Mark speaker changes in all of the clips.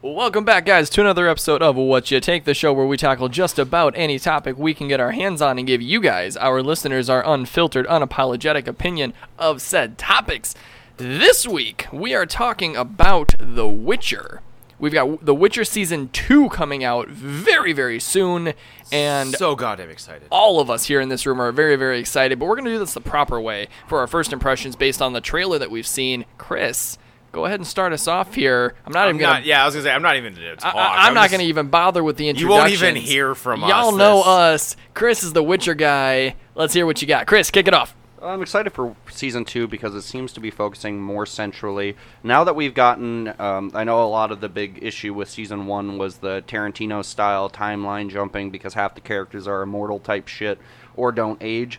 Speaker 1: Welcome back, guys, to another episode of What You Take, the show where we tackle just about any topic we can get our hands on and give you guys, our listeners, our unfiltered, unapologetic opinion of said topics. This week, we are talking about The Witcher. We've got The Witcher Season 2 coming out very, very soon, and
Speaker 2: so goddamn excited.
Speaker 1: all of us here in this room are very, very excited, but we're going to do this the proper way for our first impressions based on the trailer that we've seen. Chris, go ahead and start us off here. I'm not
Speaker 2: I'm
Speaker 1: even going to
Speaker 2: not, yeah, I was gonna say Oh, I'm not even gonna talk.
Speaker 1: I, am not
Speaker 2: just-
Speaker 1: going to even bother with the
Speaker 2: You
Speaker 1: introduction.
Speaker 2: won't even hear from us
Speaker 1: Y'all know
Speaker 2: this-
Speaker 1: us. Chris is the Witcher guy. Let's hear what you got. Chris, kick it off.
Speaker 3: I'm excited for season two because it seems to be focusing more centrally. Now that we've gotten, um, I know a lot of the big issue with season one was the Tarantino style timeline jumping because half the characters are immortal type shit or don't age.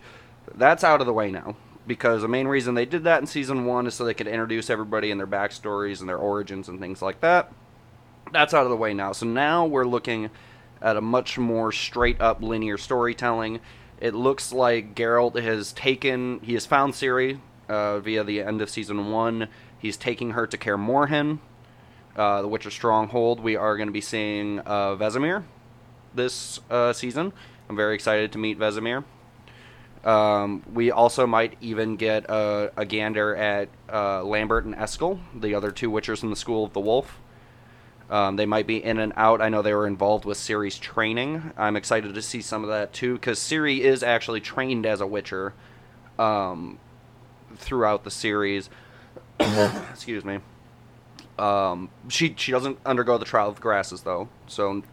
Speaker 3: That's out of the way now because the main reason they did that in season one is so they could introduce everybody and their backstories and their origins and things like that that's out of the way now. So now we're looking at a much more straight up linear storytelling. It looks like Geralt has taken, he has found Ciri uh, via the end of season one. He's taking her to Kaer Morhen, uh, the Witcher Stronghold. We are going to be seeing uh, Vesemir this uh, season. I'm very excited to meet Vesemir. Um, we also might even get a, a gander at uh, Lambert and Eskel, the other two Witchers in the School of the Wolf. Um, they might be in and out. I know they were involved with Ciri's training. I'm excited to see some of that too, because Ciri is actually trained as a Witcher um, throughout the series. Excuse me. Um, she she doesn't undergo the trial of grasses though. So um,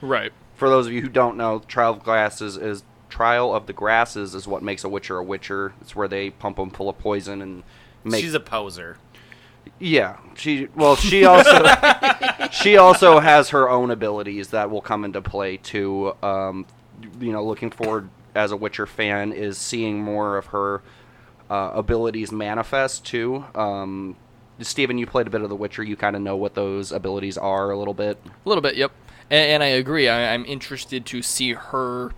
Speaker 1: right.
Speaker 3: for those of you who don't know, trial of glasses is trial of the grasses is what makes a Witcher a Witcher. It's where they pump them full of poison and make
Speaker 2: She's a poser.
Speaker 3: yeah, she well, she also she also has her own abilities that will come into play too. Um, you know, looking forward as a Witcher fan is seeing more of her uh, abilities manifest too. Um, Steven, you played a bit of The Witcher. You kind of know what those abilities are a little bit.
Speaker 1: A little bit, yep. And, and I agree. I, I'm interested to see her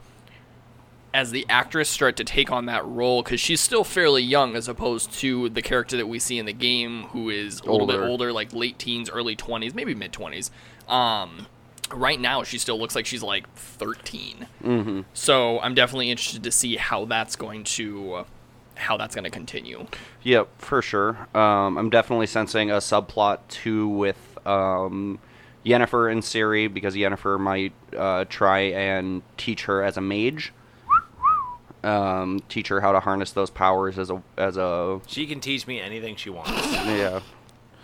Speaker 1: as the actress start to take on that role because she's still fairly young as opposed to the character that we see in the game who is a little bit
Speaker 3: Older.
Speaker 1: older, like late teens, early 20s, maybe mid 20s. Um, right now, she still looks like she's like 13. Mm-hmm. So I'm definitely interested to see how that's going to. uh, How that's going to continue.
Speaker 3: Yep, for sure. Um, I'm definitely sensing a subplot too with um, Yennefer and Ciri because Yennefer might uh, try and teach her as a mage, um, teach her how to harness those powers as a as a
Speaker 2: She can teach me anything she wants.
Speaker 3: yeah.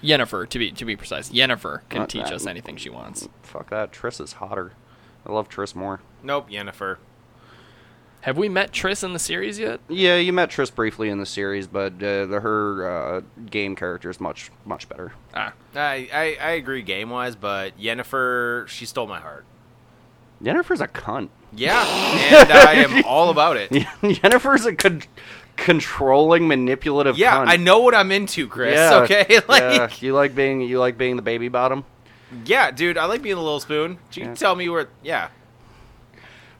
Speaker 1: Yennefer, to be to be precise, Yennefer can
Speaker 3: Not
Speaker 1: teach
Speaker 3: that.
Speaker 1: us anything she wants.
Speaker 3: Fuck that. Triss is hotter. I love Triss more.
Speaker 2: nope, Yennefer.
Speaker 1: Have we met Triss in the series yet?
Speaker 3: Yeah, you met Triss briefly in the series, but uh, the, her uh, game character is much much better.
Speaker 1: Ah,
Speaker 2: I, I I agree game wise, but Yennefer, she stole my heart.
Speaker 3: Yennefer's a cunt.
Speaker 2: Yeah, and I am all about it.
Speaker 3: Yennefer's a con- controlling, manipulative.
Speaker 2: Yeah,
Speaker 3: cunt.
Speaker 2: I know what I'm into, Chris. Okay,
Speaker 3: yeah,
Speaker 2: like
Speaker 3: you like being you like being the baby bottom.
Speaker 2: yeah. dude, I like being a little spoon. You can
Speaker 3: Yeah.
Speaker 2: tell me where. Yeah,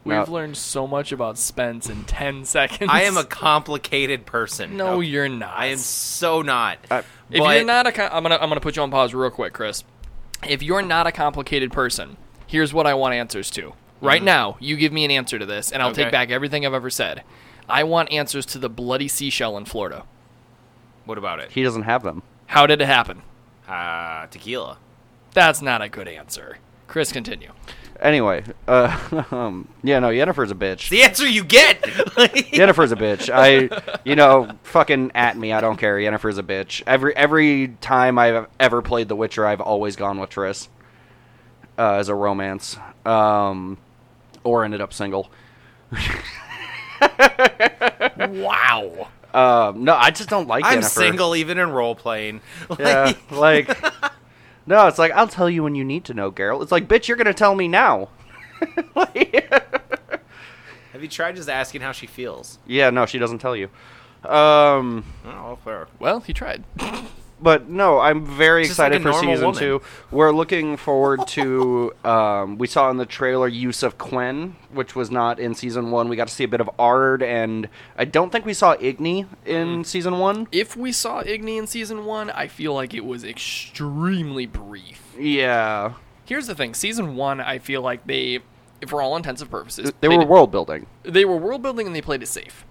Speaker 1: We've
Speaker 3: No.
Speaker 1: learned so much about Spence in 10 seconds.
Speaker 2: I am a complicated person.
Speaker 1: No, you're not. Uh,
Speaker 2: I am so not.
Speaker 3: I-
Speaker 1: If
Speaker 2: But-
Speaker 1: you're not a com- I'm going to I'm going to put you on pause real quick, Chris. If you're not a complicated person, here's what I want answers to. Right now, you give me an answer to this and I'll
Speaker 2: Mm-hmm.
Speaker 1: take
Speaker 2: Okay.
Speaker 1: back everything I've ever said. I want answers to the bloody seashell in Florida.
Speaker 2: What about it?
Speaker 3: He doesn't have them.
Speaker 1: How did it happen?
Speaker 2: Uh, tequila.
Speaker 1: That's not a good answer. Chris, continue.
Speaker 3: Anyway, uh, um, yeah, no, Yennefer's a bitch.
Speaker 2: The answer you get.
Speaker 3: Yennefer's a bitch. I, you know, fucking at me. I don't care. Yennefer's a bitch. Every every time I've ever played The Witcher, I've always gone with Triss uh, as a romance, um, or ended up single.
Speaker 1: wow.
Speaker 3: Um, no, I just don't like
Speaker 2: I'm
Speaker 3: Yennefer.
Speaker 2: single even in role playing.
Speaker 3: Yeah, like, no, it's like I'll tell you when you need to know, Geralt. It's like, bitch, you're gonna tell me now. Like-
Speaker 2: Have you tried just asking how she feels?
Speaker 3: yeah, no, she doesn't tell you. Um,
Speaker 2: Oh, fair.
Speaker 1: Well, he tried.
Speaker 3: but no, I'm very
Speaker 2: Just
Speaker 3: excited
Speaker 2: like a
Speaker 3: for
Speaker 2: normal
Speaker 3: season
Speaker 2: woman.
Speaker 3: two. We're looking forward to. Um, we saw in the trailer use of Quen, which was not in season one. We got to see a bit of Ard, and I don't think we saw Igni in
Speaker 2: Mm.
Speaker 3: season one.
Speaker 1: If we saw Igni in season one, I feel like it was extremely brief.
Speaker 3: Yeah,
Speaker 1: Here's the thing: season one, I feel like they, for all intents and purposes,
Speaker 3: they were
Speaker 1: played-
Speaker 3: world Mm. building.
Speaker 1: they were world building and they played it safe.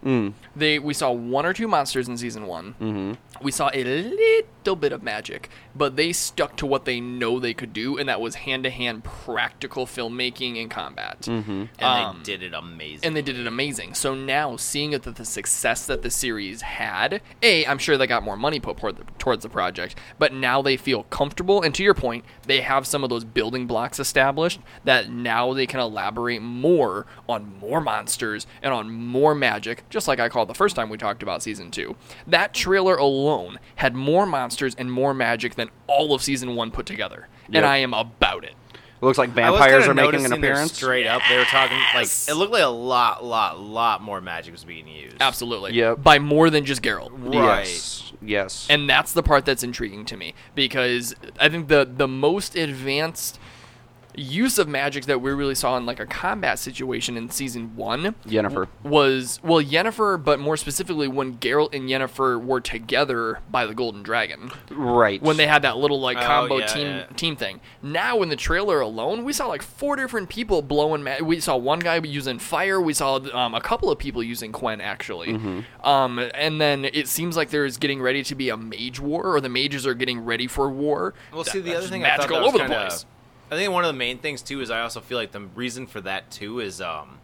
Speaker 1: They we saw one or two monsters in season one. Mm-hmm. We saw a little bit of magic, but they stuck to what they know they could do, and that was hand to hand practical filmmaking and combat. Mm-hmm.
Speaker 2: And
Speaker 3: Um,
Speaker 2: they did it amazing.
Speaker 1: and they did it amazing. So now, seeing it that the success that the series had, a, I'm sure they got more money put toward the, towards the project, but now they feel comfortable. And to your point, they have some of those building blocks established that now they can elaborate more on more monsters and on more magic. Just like I called the first time we talked about season two, that trailer alone had more monsters and more magic than all of season one put together,
Speaker 3: Yep.
Speaker 1: and I am about it.
Speaker 3: It looks like
Speaker 2: I was
Speaker 3: vampires
Speaker 2: kinda
Speaker 3: are making an
Speaker 2: noticing they're
Speaker 3: appearance.
Speaker 2: Straight up, they were talking like
Speaker 1: Yes!
Speaker 2: it looked like a lot, lot, lot more magic was being used.
Speaker 1: Absolutely,
Speaker 3: Yep.
Speaker 1: by more than just Geralt.
Speaker 2: Right.
Speaker 3: Yes. Yes.
Speaker 1: and that's the part that's intriguing to me because I think the the most advanced use of magic that we really saw in like a combat situation in season one
Speaker 3: Yennefer.
Speaker 1: was well Yennefer, but more specifically when Geralt and Yennefer were together by the Golden Dragon
Speaker 3: Right.
Speaker 1: when they had that little like
Speaker 2: Oh,
Speaker 1: combo
Speaker 2: yeah,
Speaker 1: team
Speaker 2: yeah.
Speaker 1: team thing. Now in the trailer alone, we saw like four different people blowing. Ma- we saw one guy using fire. We saw um, a couple of people using Quen actually. Um, and then it seems like there's getting ready to be a mage war, or the mages are getting ready for war.
Speaker 2: Well,
Speaker 1: That-
Speaker 2: see, the
Speaker 1: that's
Speaker 2: other thing I
Speaker 1: magic
Speaker 2: thought that
Speaker 1: all
Speaker 2: was
Speaker 1: over
Speaker 2: kinda,
Speaker 1: the place.
Speaker 2: I think one of the main things too is I also feel like the reason for that too is um.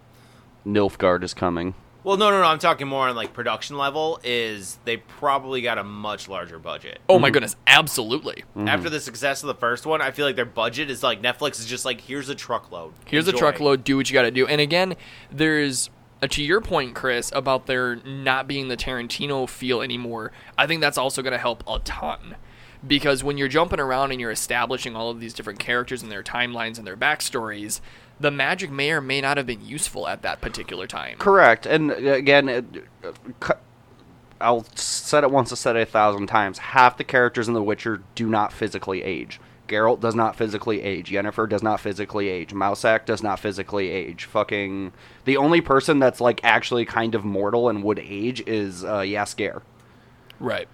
Speaker 3: Nilfgaard is coming.
Speaker 2: Well, no, no, no. I'm talking more on like production level. Is they probably got a much larger budget
Speaker 1: Oh my goodness, absolutely.
Speaker 2: after the success of the first one. I feel like their budget is like Netflix is just like here's a truckload.
Speaker 1: Here's a
Speaker 2: Enjoy."
Speaker 1: truckload. Do what you got to do. And again, there's uh, to your point, Chris, about there not being the Tarantino feel anymore. I think that's also going to help a ton because when you're jumping around and you're establishing all of these different characters and their timelines and their backstories, the magic may or may not have been useful at that particular time.
Speaker 3: Correct. And uh, again, it, uh, cu- I'll said it once, I said it a thousand times. Half the characters in The Witcher do not physically age. Geralt does not physically age. Yennefer does not physically age. Mousak does not physically age. Fucking the only person that's like actually kind of mortal and would age is uh, Yasker.
Speaker 1: Right.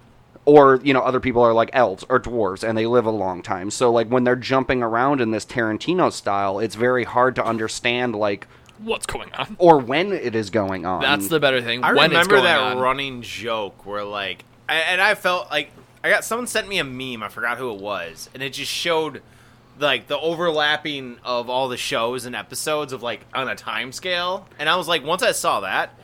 Speaker 3: or you know other people are like elves or dwarves and they live a long time so like when they're jumping around in this tarantino style it's very hard to understand like
Speaker 1: What's going on?
Speaker 3: or when it is going on
Speaker 1: That's the better thing.
Speaker 2: Um, I
Speaker 1: when it's
Speaker 2: remember
Speaker 1: going
Speaker 2: that
Speaker 1: on.
Speaker 2: running joke where like, I, and I felt like I got someone sent me a meme. I forgot who it was, and it just showed like the overlapping of all the shows and episodes of like on a time scale. And I was like, once I saw that,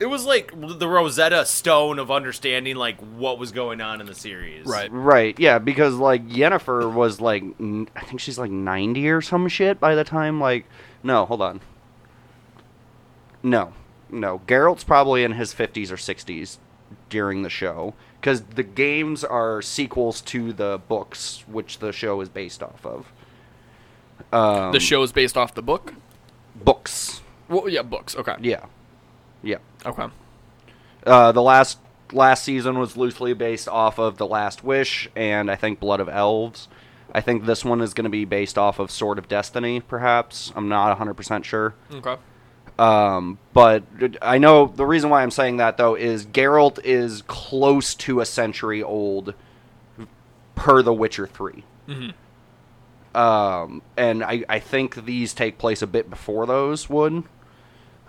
Speaker 2: it was like the Rosetta Stone of understanding like what was going on in the series.
Speaker 1: Right.
Speaker 3: right yeah because like yennefer was like n- i think she's like 90 or some shit by the time like no hold on no no geralt's probably in his 50s or 60s during the show because the games are sequels to the books which the show is based off of um,
Speaker 1: The show is based off the book.
Speaker 3: books.
Speaker 1: Well, yeah, books. Okay.
Speaker 3: Yeah, yeah.
Speaker 1: Okay.
Speaker 3: Uh, the last last season was loosely based off of The Last Wish and I think Blood of Elves. I think this one is going to be based off of Sword of Destiny, perhaps. I'm not 100% sure.
Speaker 1: Okay.
Speaker 3: Um, but I know the reason why I'm saying that, though, is Geralt is close to a century old per The Witcher 3.
Speaker 1: Mm-hmm.
Speaker 3: Um, and I, I think these take place a bit before those would.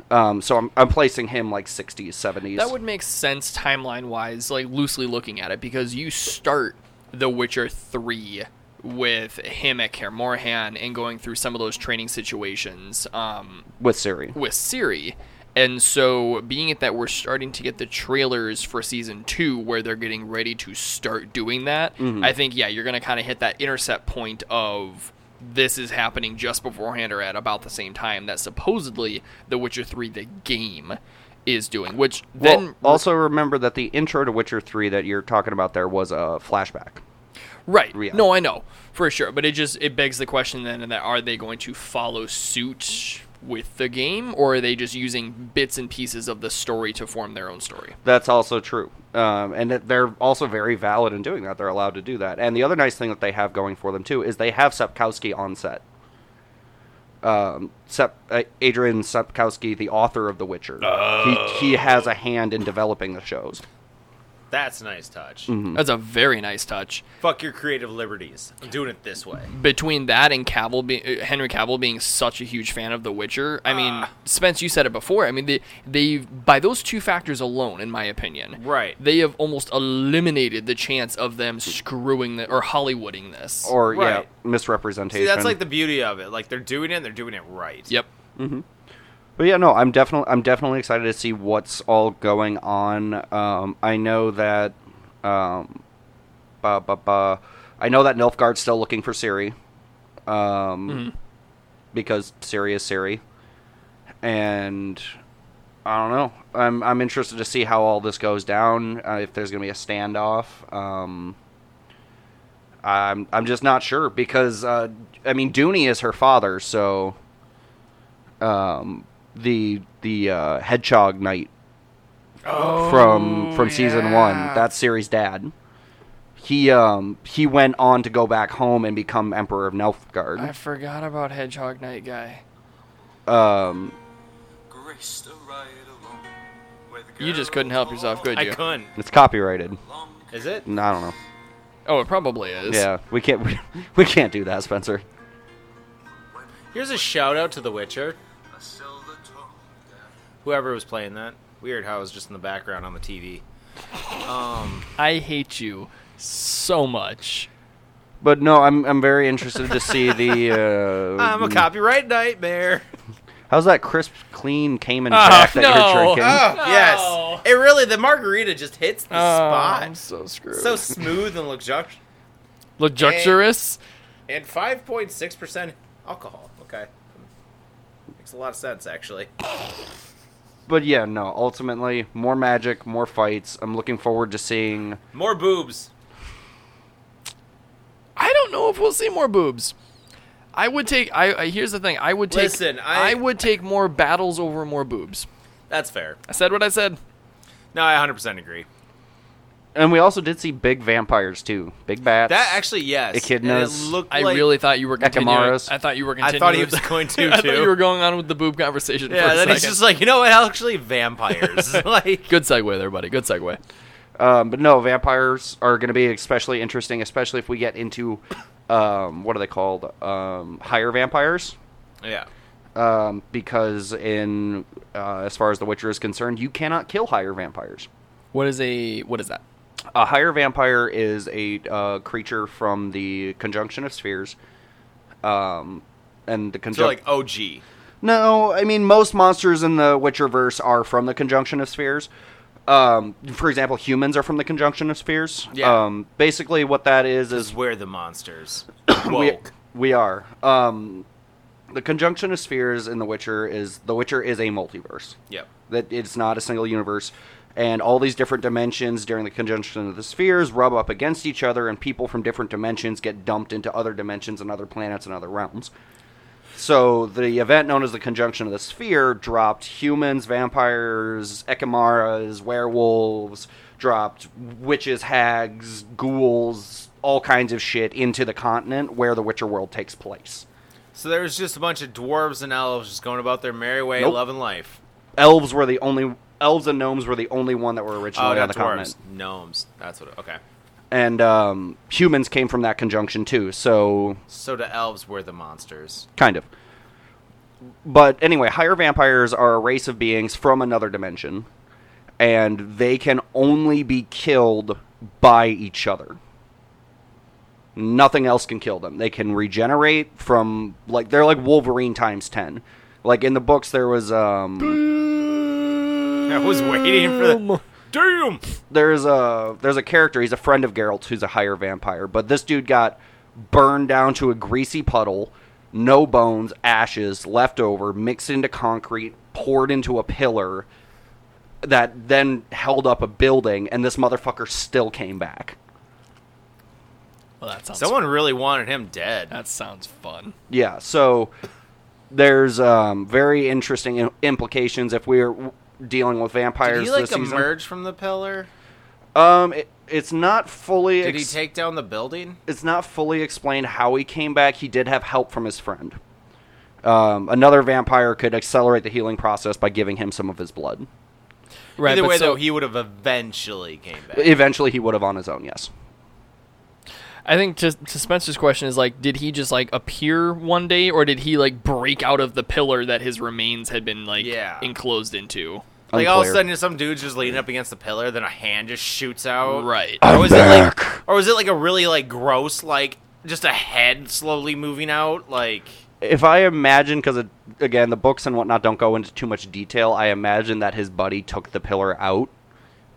Speaker 3: Um, so I'm, I'm placing him like 60s, 70s.
Speaker 1: That would make sense timeline wise, like loosely looking at it, because you start The Witcher 3 with him at Kaer Morhen and going through some of those training situations um,
Speaker 3: with Siri.
Speaker 1: with Ciri. And so, being it that we're starting to get the trailers for season two where they're getting ready to start doing that,
Speaker 3: Mm-hmm.
Speaker 1: I think, yeah, you're going to kind of hit that intercept point of this is happening just beforehand or at about the same time that supposedly The Witcher 3, the game, is doing, which
Speaker 3: Well,
Speaker 1: then
Speaker 3: also remember that the intro to Witcher 3 that you're talking about there was a flashback.
Speaker 1: Right.
Speaker 3: reality.
Speaker 1: No, I know for sure, but it just it begs the question then that are they going to follow suit with the game, or are they just using bits and pieces of the story to form their own story?
Speaker 3: That's also true. Um, and that they're also very valid in doing that. They're allowed to do that. And the other nice thing that they have going for them, too, is they have Sepkowski on set. Um, Sep, uh, Adrian Sepkowski, the author of The Witcher, he,
Speaker 2: Oh.
Speaker 3: he has a hand in developing the shows.
Speaker 2: That's a nice touch.
Speaker 1: That's a very nice touch.
Speaker 2: Fuck your creative liberties. I'm doing it this way.
Speaker 1: Between that and Cavill be- uh, Henry Cavill being such a huge fan of The Witcher, I mean,
Speaker 3: Ah.
Speaker 1: Spence, you said it before. I mean, they they by those two factors alone, in my opinion,
Speaker 2: Right.
Speaker 1: they have almost eliminated the chance of them screwing the, or Hollywooding this.
Speaker 3: Or,
Speaker 2: Right.
Speaker 3: yeah, misrepresentation.
Speaker 2: See, that's like the beauty of it. Like they're doing it, and they're doing it right.
Speaker 1: yep.
Speaker 3: But yeah, no, I'm definitely I'm definitely excited to see what's all going on. Um, I know that, um, ba ba ba, I know that Nilfgaard's still looking for Siri, um, because Siri is Siri, and I don't know. I'm I'm interested to see how all this goes down. Uh, if there's gonna be a standoff. Um, I'm I'm just not sure because uh, I mean Dooney is her father, so um, the the uh, Hedgehog Knight Oh,
Speaker 2: Oh,
Speaker 3: from from season one. That's Ciri's dad. He um he went on to go back home and become Emperor of
Speaker 1: I
Speaker 3: Nelfgard.
Speaker 1: forgot about Hedgehog Knight guy.
Speaker 3: Um,
Speaker 4: graced a ride along where the
Speaker 1: You just
Speaker 4: girl
Speaker 1: couldn't help yourself, could
Speaker 2: I
Speaker 1: you?
Speaker 2: couldn't.
Speaker 3: it's copyrighted.
Speaker 4: long
Speaker 2: Is it?
Speaker 3: No, I don't know.
Speaker 1: Oh, it probably is.
Speaker 3: Yeah, we can't we, we can't do that, Spencer.
Speaker 2: Here's a shout out to The Witcher.
Speaker 4: a silver tongue that
Speaker 2: Whoever was playing that. Weird how it was just in the background on the TV.
Speaker 1: I hate you so much.
Speaker 3: But no, I'm I'm very interested to see the. Uh,
Speaker 2: I'm a
Speaker 1: Mm-hmm.
Speaker 2: copyright nightmare.
Speaker 3: How's that crisp, clean Cayman
Speaker 1: Ah,
Speaker 3: Jack that
Speaker 1: no.
Speaker 3: you're drinking?
Speaker 2: Oh,
Speaker 1: No.
Speaker 2: yes. It really the margarita just hits the
Speaker 1: Oh. I'm
Speaker 2: spot.
Speaker 1: so screwed.
Speaker 2: So smooth and luxurious.
Speaker 1: luxurious.
Speaker 2: And 5.6% alcohol. Okay. Makes a lot of sense, actually.
Speaker 3: But yeah, no. Ultimately, more magic, more fights. I'm looking forward to seeing.
Speaker 2: More boobs.
Speaker 1: I don't know if we'll see more boobs. I would take. I, I here's the thing. I would take.
Speaker 2: Listen, I-
Speaker 1: would take more battles over more boobs.
Speaker 2: That's fair.
Speaker 1: I said what I said.
Speaker 2: No, I 100% agree.
Speaker 3: And we also did see big vampires too, big bats.
Speaker 2: That actually, yes.
Speaker 3: Echidnas.
Speaker 2: And it looked
Speaker 1: I
Speaker 2: like-
Speaker 1: really thought you were continuing.
Speaker 3: Ekamaras.
Speaker 1: I thought you were
Speaker 2: I
Speaker 1: continuing.
Speaker 2: thought he was going to,
Speaker 1: I thought
Speaker 2: too.
Speaker 1: you were going on with the boob conversation.
Speaker 2: Yeah,
Speaker 1: for a
Speaker 2: then he's
Speaker 1: second.
Speaker 2: just like, you know what? Actually, vampires. like,
Speaker 1: Good segue there, buddy. Good segue.
Speaker 3: Um, but no, vampires are going to be especially interesting, especially if we get into um, what are they called? Um, higher vampires,
Speaker 2: yeah.
Speaker 3: um, because in uh, as far as The Witcher is concerned, you cannot kill higher vampires.
Speaker 1: What is a what is that?
Speaker 3: A higher vampire is a uh, creature from the conjunction of spheres, um, and the
Speaker 2: So,
Speaker 3: conjunction.
Speaker 2: like, OG.
Speaker 3: No, I mean most monsters in the Witcherverse are from the conjunction of spheres. Um, for example, humans are from the conjunction of spheres.
Speaker 2: Yeah.
Speaker 3: Um, basically, what that is is
Speaker 2: We're the monsters.
Speaker 3: we,
Speaker 2: Woke.
Speaker 3: we are. Um, the conjunction of spheres in The Witcher is The Witcher is a multiverse.
Speaker 2: Yep.
Speaker 3: That it's not a single universe, and all these different dimensions during the conjunction of the spheres rub up against each other, and people from different dimensions get dumped into other dimensions and other planets and other realms. So the event known as the conjunction of the sphere dropped humans, vampires, ekamaras, werewolves, dropped witches, hags, ghouls, all kinds of shit into the continent where the Witcher world takes place.
Speaker 2: So there was just a bunch of dwarves and elves just going about their merry way,
Speaker 3: Nope.
Speaker 2: loving life.
Speaker 3: Elves were the only elves and gnomes were the only one that were
Speaker 2: Oh,
Speaker 3: originally on
Speaker 2: not
Speaker 3: the
Speaker 2: dwarves.
Speaker 3: continent,
Speaker 2: Gnomes. That's what. Okay.
Speaker 3: and um, humans came from that conjunction too. So
Speaker 2: So the elves were the monsters.
Speaker 3: kind of. But anyway, higher vampires are a race of beings from another dimension, and they can only be killed by each other. Nothing else can kill them. They can regenerate from like they're like Wolverine times ten. Like in the books, there was um
Speaker 2: I was waiting for the. Damn.
Speaker 3: there's a there's a character. He's a friend of Geralt who's a higher vampire, but this dude got burned down to a greasy puddle, no bones, ashes left over, mixed into concrete, poured into a pillar, that then held up a building, and this motherfucker still came back.
Speaker 1: Well, that sounds
Speaker 2: Someone really wanted him dead.
Speaker 1: that sounds fun.
Speaker 3: Yeah, so there's um, very interesting im- implications if we're w- dealing with vampires
Speaker 2: Did he like
Speaker 3: this season.
Speaker 2: emerge from the pillar?
Speaker 3: Um, it, it's not fully.
Speaker 2: Did he
Speaker 3: ex-
Speaker 2: take down the building?
Speaker 3: it's not fully explained how he came back. He did have help from his friend. Um, another vampire could accelerate the healing process by giving him some of his blood.
Speaker 1: Right.
Speaker 2: Either
Speaker 1: but
Speaker 2: way,
Speaker 1: so
Speaker 2: though, he would have eventually came back.
Speaker 3: Eventually, he would have on his own. Yes.
Speaker 1: I think to, to Spencer's question is like, did he just like appear one day, or did he like break out of the pillar that his remains had been like
Speaker 2: Yeah.
Speaker 1: enclosed into?
Speaker 2: Like all of a
Speaker 3: Unclear.
Speaker 2: sudden, some dude's just leaning up against the pillar, then a hand just shoots out.
Speaker 1: Right.
Speaker 2: Or was it
Speaker 3: back.
Speaker 2: like, or was it like a really like gross like just a head slowly moving out? Like
Speaker 3: if I imagine, because again, the books and whatnot don't go into too much detail, I imagine that his buddy took the pillar out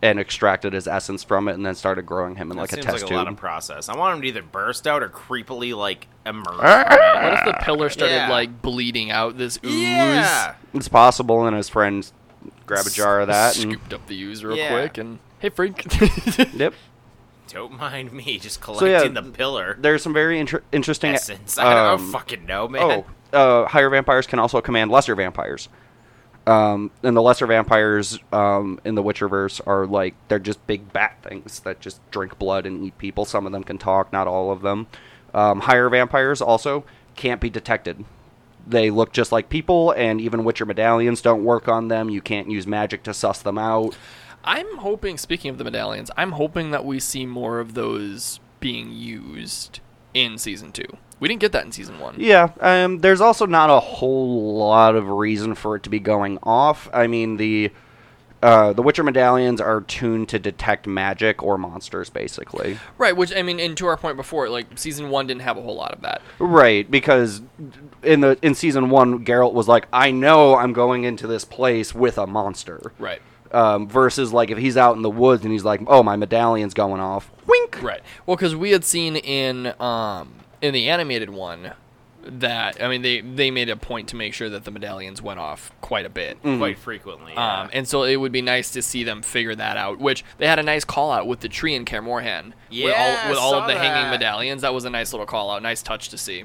Speaker 3: and extracted his essence from it and then started growing him in
Speaker 2: that
Speaker 3: like a
Speaker 2: seems
Speaker 3: test
Speaker 2: like a
Speaker 3: tube.
Speaker 2: lot of process. I want him to either burst out or creepily like emerge.
Speaker 3: Ah!
Speaker 1: What if the pillar started
Speaker 2: Yeah.
Speaker 1: like bleeding out this ooze?
Speaker 2: yeah.
Speaker 3: it's possible, and his friends grab a jar of that. And,
Speaker 1: Scooped up the ooze real
Speaker 2: Yeah.
Speaker 1: quick, and hey, freak.
Speaker 3: yep.
Speaker 2: Don't mind me, just
Speaker 3: yeah,
Speaker 2: collecting the pillar
Speaker 3: There's some very inter- interesting
Speaker 2: essence. I don't
Speaker 3: um,
Speaker 2: fucking know, man.
Speaker 3: Oh, uh, higher vampires can also command lesser vampires. Um, and the lesser vampires um, in the Witcherverse are like they're just big bat things that just drink blood and eat people. Some of them can talk, not all of them. Um, higher vampires also can't be detected. They look just like people, and even Witcher medallions don't work on them. You can't use magic to suss them out.
Speaker 1: I'm hoping. Speaking of the medallions, I'm hoping that we see more of those being used in season two. We didn't get that in season one.
Speaker 3: Yeah, um, there's also not a whole lot of reason for it to be going off. I mean, the uh, the Witcher medallions are tuned to detect magic or monsters, basically.
Speaker 1: Right. Which I mean, and to our point before, like season one didn't have a whole lot of that.
Speaker 3: Right, because in the in season one, Geralt was like, "I know I'm going into this place with a monster."
Speaker 1: Right.
Speaker 3: Um, versus like if he's out in the woods and he's like, "Oh, my medallion's going off." Wink.
Speaker 1: Right. Well, because we had seen in um in the animated one that I mean they they made a point to make sure that the medallions went off quite a bit.
Speaker 3: hmm.
Speaker 2: Quite frequently. yeah.
Speaker 1: Um, and so it would be nice to see them figure that out. Which they had a nice call out with the tree in Kaer Morhen. with
Speaker 2: Yeah,
Speaker 1: all,
Speaker 2: I
Speaker 1: with all of
Speaker 2: saw
Speaker 1: the hanging
Speaker 2: that.
Speaker 1: medallions, that was a nice little call out, nice touch to see.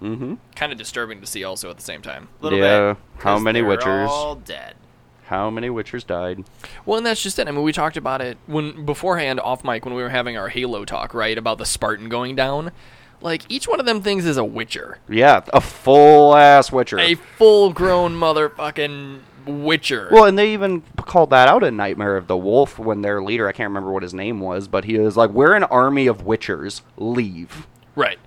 Speaker 1: Mm-hmm. Kind of disturbing to see, also at the same time.
Speaker 2: little
Speaker 3: Yeah,
Speaker 2: bit,
Speaker 3: how
Speaker 2: 'cause
Speaker 3: many
Speaker 2: they're
Speaker 3: witchers?
Speaker 2: All dead.
Speaker 3: How many witchers died?
Speaker 1: Well, and that's just it. I mean, we talked about it when beforehand off mic when we were having our Halo talk, right, about the Spartan going down. Like each one of them things is a Witcher,
Speaker 3: Yeah, a full ass witcher.
Speaker 1: a full-grown motherfucking Witcher.
Speaker 3: Well, and they even called that out in Nightmare of the Wolf when their leader, I can't remember what his name was, but he was like, We're an army of witchers. Leave.
Speaker 1: right.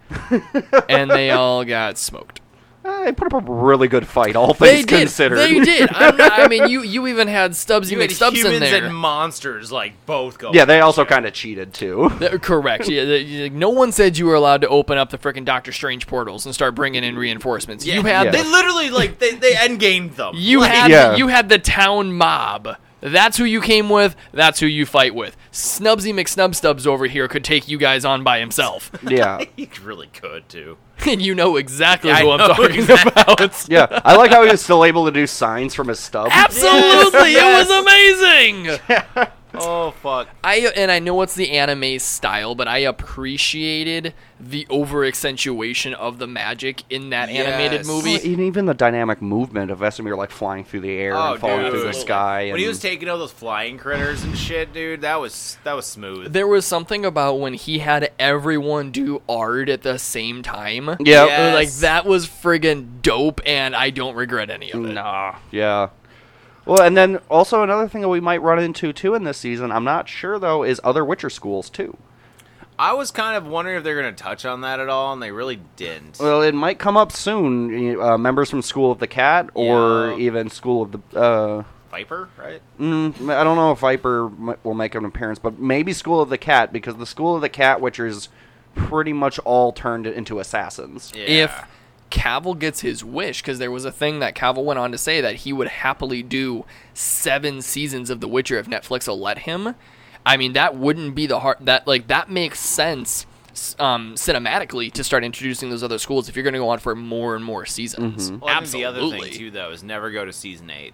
Speaker 1: and they all got smoked.
Speaker 3: Uh, they put up a really good fight, all
Speaker 1: They
Speaker 3: things
Speaker 1: did.
Speaker 3: considered.
Speaker 1: They did. I'm not, I mean, you you even had Stubbs. You,
Speaker 2: You had
Speaker 1: made Stubbs
Speaker 2: humans
Speaker 1: in there.
Speaker 2: and monsters like both go.
Speaker 3: yeah, they also kind of cheated, too.
Speaker 1: Th- correct. Yeah. th- you- no one said you were allowed to open up the freaking Doctor Strange portals and start bringing in reinforcements. You had
Speaker 3: Yeah.
Speaker 2: They literally like they they end gamed them.
Speaker 1: You
Speaker 2: like,
Speaker 1: had
Speaker 3: Yeah.
Speaker 1: you had the town mob. That's who you came with. That's who you fight with. Snubsy McSnubstubs over here could take you guys on by himself,
Speaker 3: yeah.
Speaker 2: you really could too.
Speaker 1: and you know exactly
Speaker 2: I
Speaker 1: who I'm
Speaker 2: know
Speaker 1: talking about.
Speaker 3: Yeah. I like how he was still able to do signs from his stub.
Speaker 1: Absolutely,
Speaker 2: Yes.
Speaker 1: it was amazing.
Speaker 2: Oh fuck.
Speaker 1: I and I know it's the anime style, but I appreciated the over accentuation of the magic in that animated
Speaker 2: Yes.
Speaker 1: movie.
Speaker 3: And even the dynamic movement of Vesemir, like flying through the air
Speaker 2: Oh,
Speaker 3: and falling
Speaker 2: dude.
Speaker 3: through the
Speaker 2: Absolutely.
Speaker 3: sky. And
Speaker 2: When he was taking out those flying critters and shit, dude, that was that was smooth.
Speaker 1: There was something about when he had everyone do art at the same time.
Speaker 3: yeah.
Speaker 2: Yeah.
Speaker 1: Like
Speaker 2: Yes.
Speaker 1: that was friggin' dope, and I don't regret any of
Speaker 2: Mm,
Speaker 1: it.
Speaker 3: Nah. Yeah. Well, and then also another thing that we might run into too in this season, I'm not sure though, is other Witcher schools too.
Speaker 2: I was kind of wondering if they're gonna touch on that at all, and they really didn't.
Speaker 3: Well, it might come up soon. y- Uh, members from School of the Cat or
Speaker 2: Yeah.
Speaker 3: even School of the. Uh,
Speaker 2: Viper, right?
Speaker 3: mm, I don't know if Viper m- will make an appearance, but maybe School of the Cat because the School of the Cat Witchers pretty much all turned into assassins.
Speaker 2: Yeah.
Speaker 1: If Cavill gets his wish, because there was a thing that Cavill went on to say that he would happily do seven seasons of The Witcher if Netflix will let him. I mean, that wouldn't be the hard that like that makes sense s- um, cinematically to start introducing those other schools if you're going to go on for more and more seasons.
Speaker 2: well, I think
Speaker 1: Absolutely.
Speaker 2: The other thing too, though, is never go to season eight.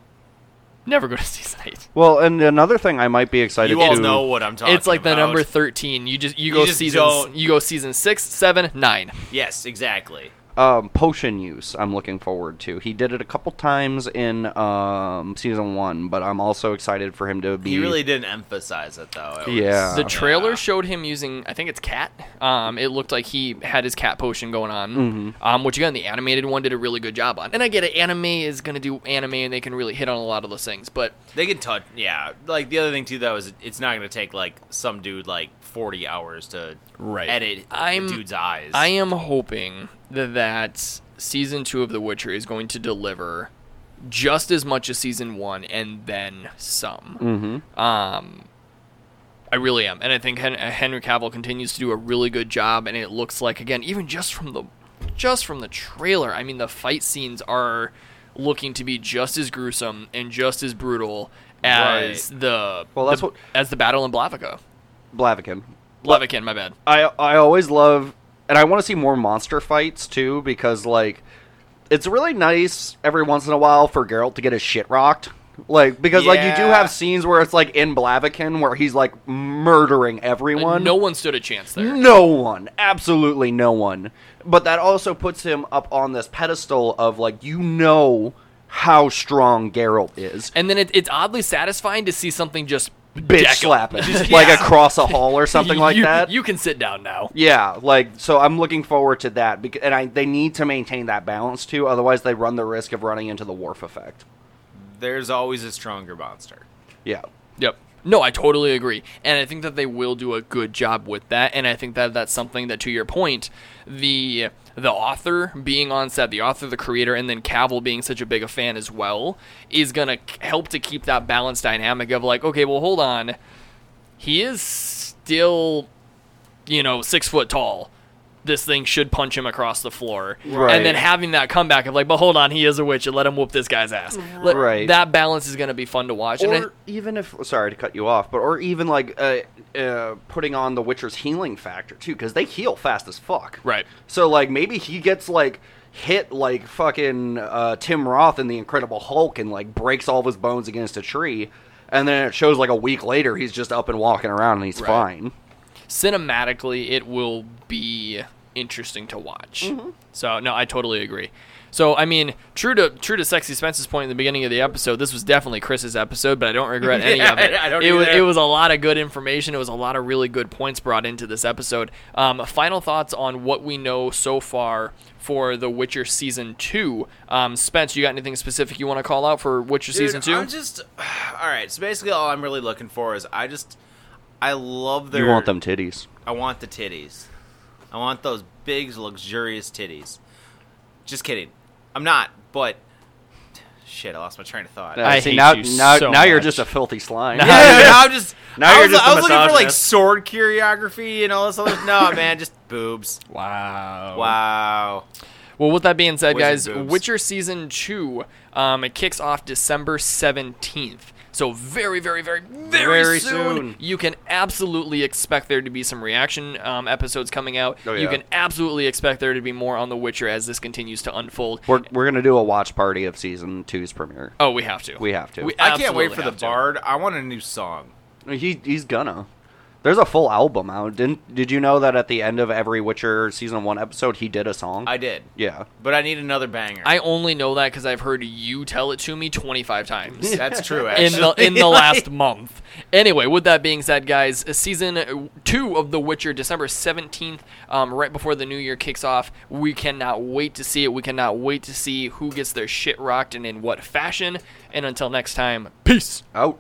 Speaker 1: Never go to season eight.
Speaker 3: Well, and another thing I might be excited
Speaker 2: You all
Speaker 3: to
Speaker 2: know what I'm talking.
Speaker 1: it's like the
Speaker 2: about.
Speaker 1: number thirteen. You just you,
Speaker 2: You
Speaker 1: go
Speaker 2: just
Speaker 1: season
Speaker 2: don't-
Speaker 1: you go season six, seven, nine.
Speaker 2: Yes, exactly.
Speaker 3: um, potion use. I'm looking forward to. He did it a couple times in um, season one, but I'm also excited for him to be.
Speaker 2: He really didn't emphasize it though. It was-
Speaker 3: Yeah.
Speaker 1: The trailer
Speaker 2: Yeah.
Speaker 1: showed him using, I think it's cat. Um, it looked like he had his cat potion going on, um, which again the animated one did a really good job on. And I get it, anime is gonna do anime, and they can really hit on a lot of those things. But
Speaker 2: They can touch. Yeah, like the other thing too, though, is it's not going to take like some dude like forty hours to
Speaker 1: Right.
Speaker 2: edit
Speaker 1: I'm-
Speaker 2: the dude's eyes.
Speaker 1: I am hoping that, that season two of The Witcher is going to deliver just as much as season one, and then some.
Speaker 3: Mhm.
Speaker 1: Um, I really am, and I think Hen- uh, Henry Cavill continues to do a really good job. And it looks like again, even just from the just from the trailer, I mean, the fight scenes are looking to be just as gruesome and just as brutal as the
Speaker 3: Well, that's
Speaker 1: the-
Speaker 3: what-
Speaker 1: as the battle in Blavica.
Speaker 3: Blaviken.
Speaker 1: Blaviken, my bad.
Speaker 3: I I always love, and I want to see more monster fights too because like, it's really nice every once in a while for Geralt to get his shit rocked. Like because like you do
Speaker 2: Yeah.
Speaker 3: have scenes where it's like in Blaviken where he's like murdering
Speaker 1: Like,
Speaker 3: everyone.
Speaker 1: no one stood a chance there.
Speaker 3: No one, absolutely no one. But that also puts him up on this pedestal of like you know how strong Geralt is.
Speaker 1: And then it, it's oddly satisfying to see something just
Speaker 3: Bitch
Speaker 1: deck 'em.
Speaker 3: slapping
Speaker 1: Just-
Speaker 3: like
Speaker 1: yeah.
Speaker 3: across a hall or something like
Speaker 1: You-
Speaker 3: that.
Speaker 1: You can sit down now.
Speaker 3: yeah, like so I'm looking forward to that because and I they need to maintain that balance too otherwise they run the risk of running into the wharf effect.
Speaker 2: There's always a stronger monster.
Speaker 3: Yeah.
Speaker 1: Yep. No, I totally agree. And I think that they will do a good job with that. And I think that that's something that, to your point, the the author being on set, the author, the creator, and then Cavill being such a big a fan as well, is going to help to keep that balanced dynamic of like, okay, well, hold on. He is still, you know, six foot tall. This thing should punch him across the floor.
Speaker 3: Right.
Speaker 1: And then having that comeback of like, but hold on, he is a witch and let him whoop this guy's ass. Let-
Speaker 3: Right.
Speaker 1: That balance is going to be fun to watch. and I-
Speaker 3: Or even if sorry to cut you off, but or even like uh, uh, putting on the Witcher's healing factor too, because they heal fast as fuck.
Speaker 1: Right.
Speaker 3: So like maybe he gets like hit like fucking uh, Tim Roth in the Incredible Hulk and like breaks all of his bones against a tree, and then it shows like a week later he's just up and walking around and he's
Speaker 1: Right.
Speaker 3: fine.
Speaker 1: cinematically it will be interesting to watch.
Speaker 2: Mm-hmm.
Speaker 1: So no, I totally agree. So I mean, true to true to sexy Spence's point in the beginning of the episode, this was definitely Chris's episode, but I don't regret any
Speaker 2: Yeah,
Speaker 1: of it.
Speaker 2: I don't
Speaker 1: it, was,
Speaker 2: either.
Speaker 1: it was a lot of good information. It was a lot of really good points brought into this episode. Um, final thoughts on what we know so far for The Witcher season two. Um, Spence, you got anything specific you want to call out for Witcher
Speaker 2: Dude,
Speaker 1: season 2
Speaker 2: I'm just all right. So basically, all I'm really looking for is I just I love their.
Speaker 3: You want them titties?
Speaker 2: I want the titties. I want those big, luxurious titties. Just kidding. I'm not. But shit, I lost my train of thought.
Speaker 1: I
Speaker 3: see,
Speaker 1: hate
Speaker 3: now,
Speaker 1: you
Speaker 3: now,
Speaker 1: so
Speaker 3: now you're
Speaker 1: much.
Speaker 3: just a filthy slime.
Speaker 2: Yeah, now I'm just.
Speaker 3: Now
Speaker 2: I
Speaker 3: you're
Speaker 2: was,
Speaker 3: just a
Speaker 2: I was looking for like
Speaker 3: misogynist.
Speaker 2: sword choreography and all this other. No, man, just boobs.
Speaker 1: wow.
Speaker 2: Wow.
Speaker 1: Well, with that being said,
Speaker 2: Wizard
Speaker 1: guys,
Speaker 2: boobs.
Speaker 1: Witcher season two, um, it kicks off December seventeenth. So very, very, very, very,
Speaker 3: Very
Speaker 1: soon,
Speaker 3: soon.
Speaker 1: you can absolutely expect there to be some reaction um, episodes coming out.
Speaker 3: Oh,
Speaker 1: You
Speaker 3: yeah.
Speaker 1: can absolutely expect there to be more on The Witcher as this continues to unfold.
Speaker 3: We're, we're gonna do a watch party of season two's premiere.
Speaker 1: oh, we have to.
Speaker 3: We have to.
Speaker 2: I can't
Speaker 1: absolutely
Speaker 2: wait for the
Speaker 1: have to.
Speaker 2: bard. I want a new song.
Speaker 1: Oh.
Speaker 3: He he's gonna. There's a full album out. Didn't did you know that at the end of every Witcher season one episode he did a song?
Speaker 2: I did,
Speaker 3: yeah.
Speaker 2: but I need another banger.
Speaker 1: I only know that because I've heard you tell it to me twenty five times.
Speaker 2: That's true. Actually.
Speaker 1: in the in the last month. Anyway, with that being said, guys, season two of The Witcher, December seventeenth, um, right before the new year kicks off. We cannot wait to see it. We cannot wait to see who gets their shit rocked and in what fashion. And until next time, peace.
Speaker 3: Out.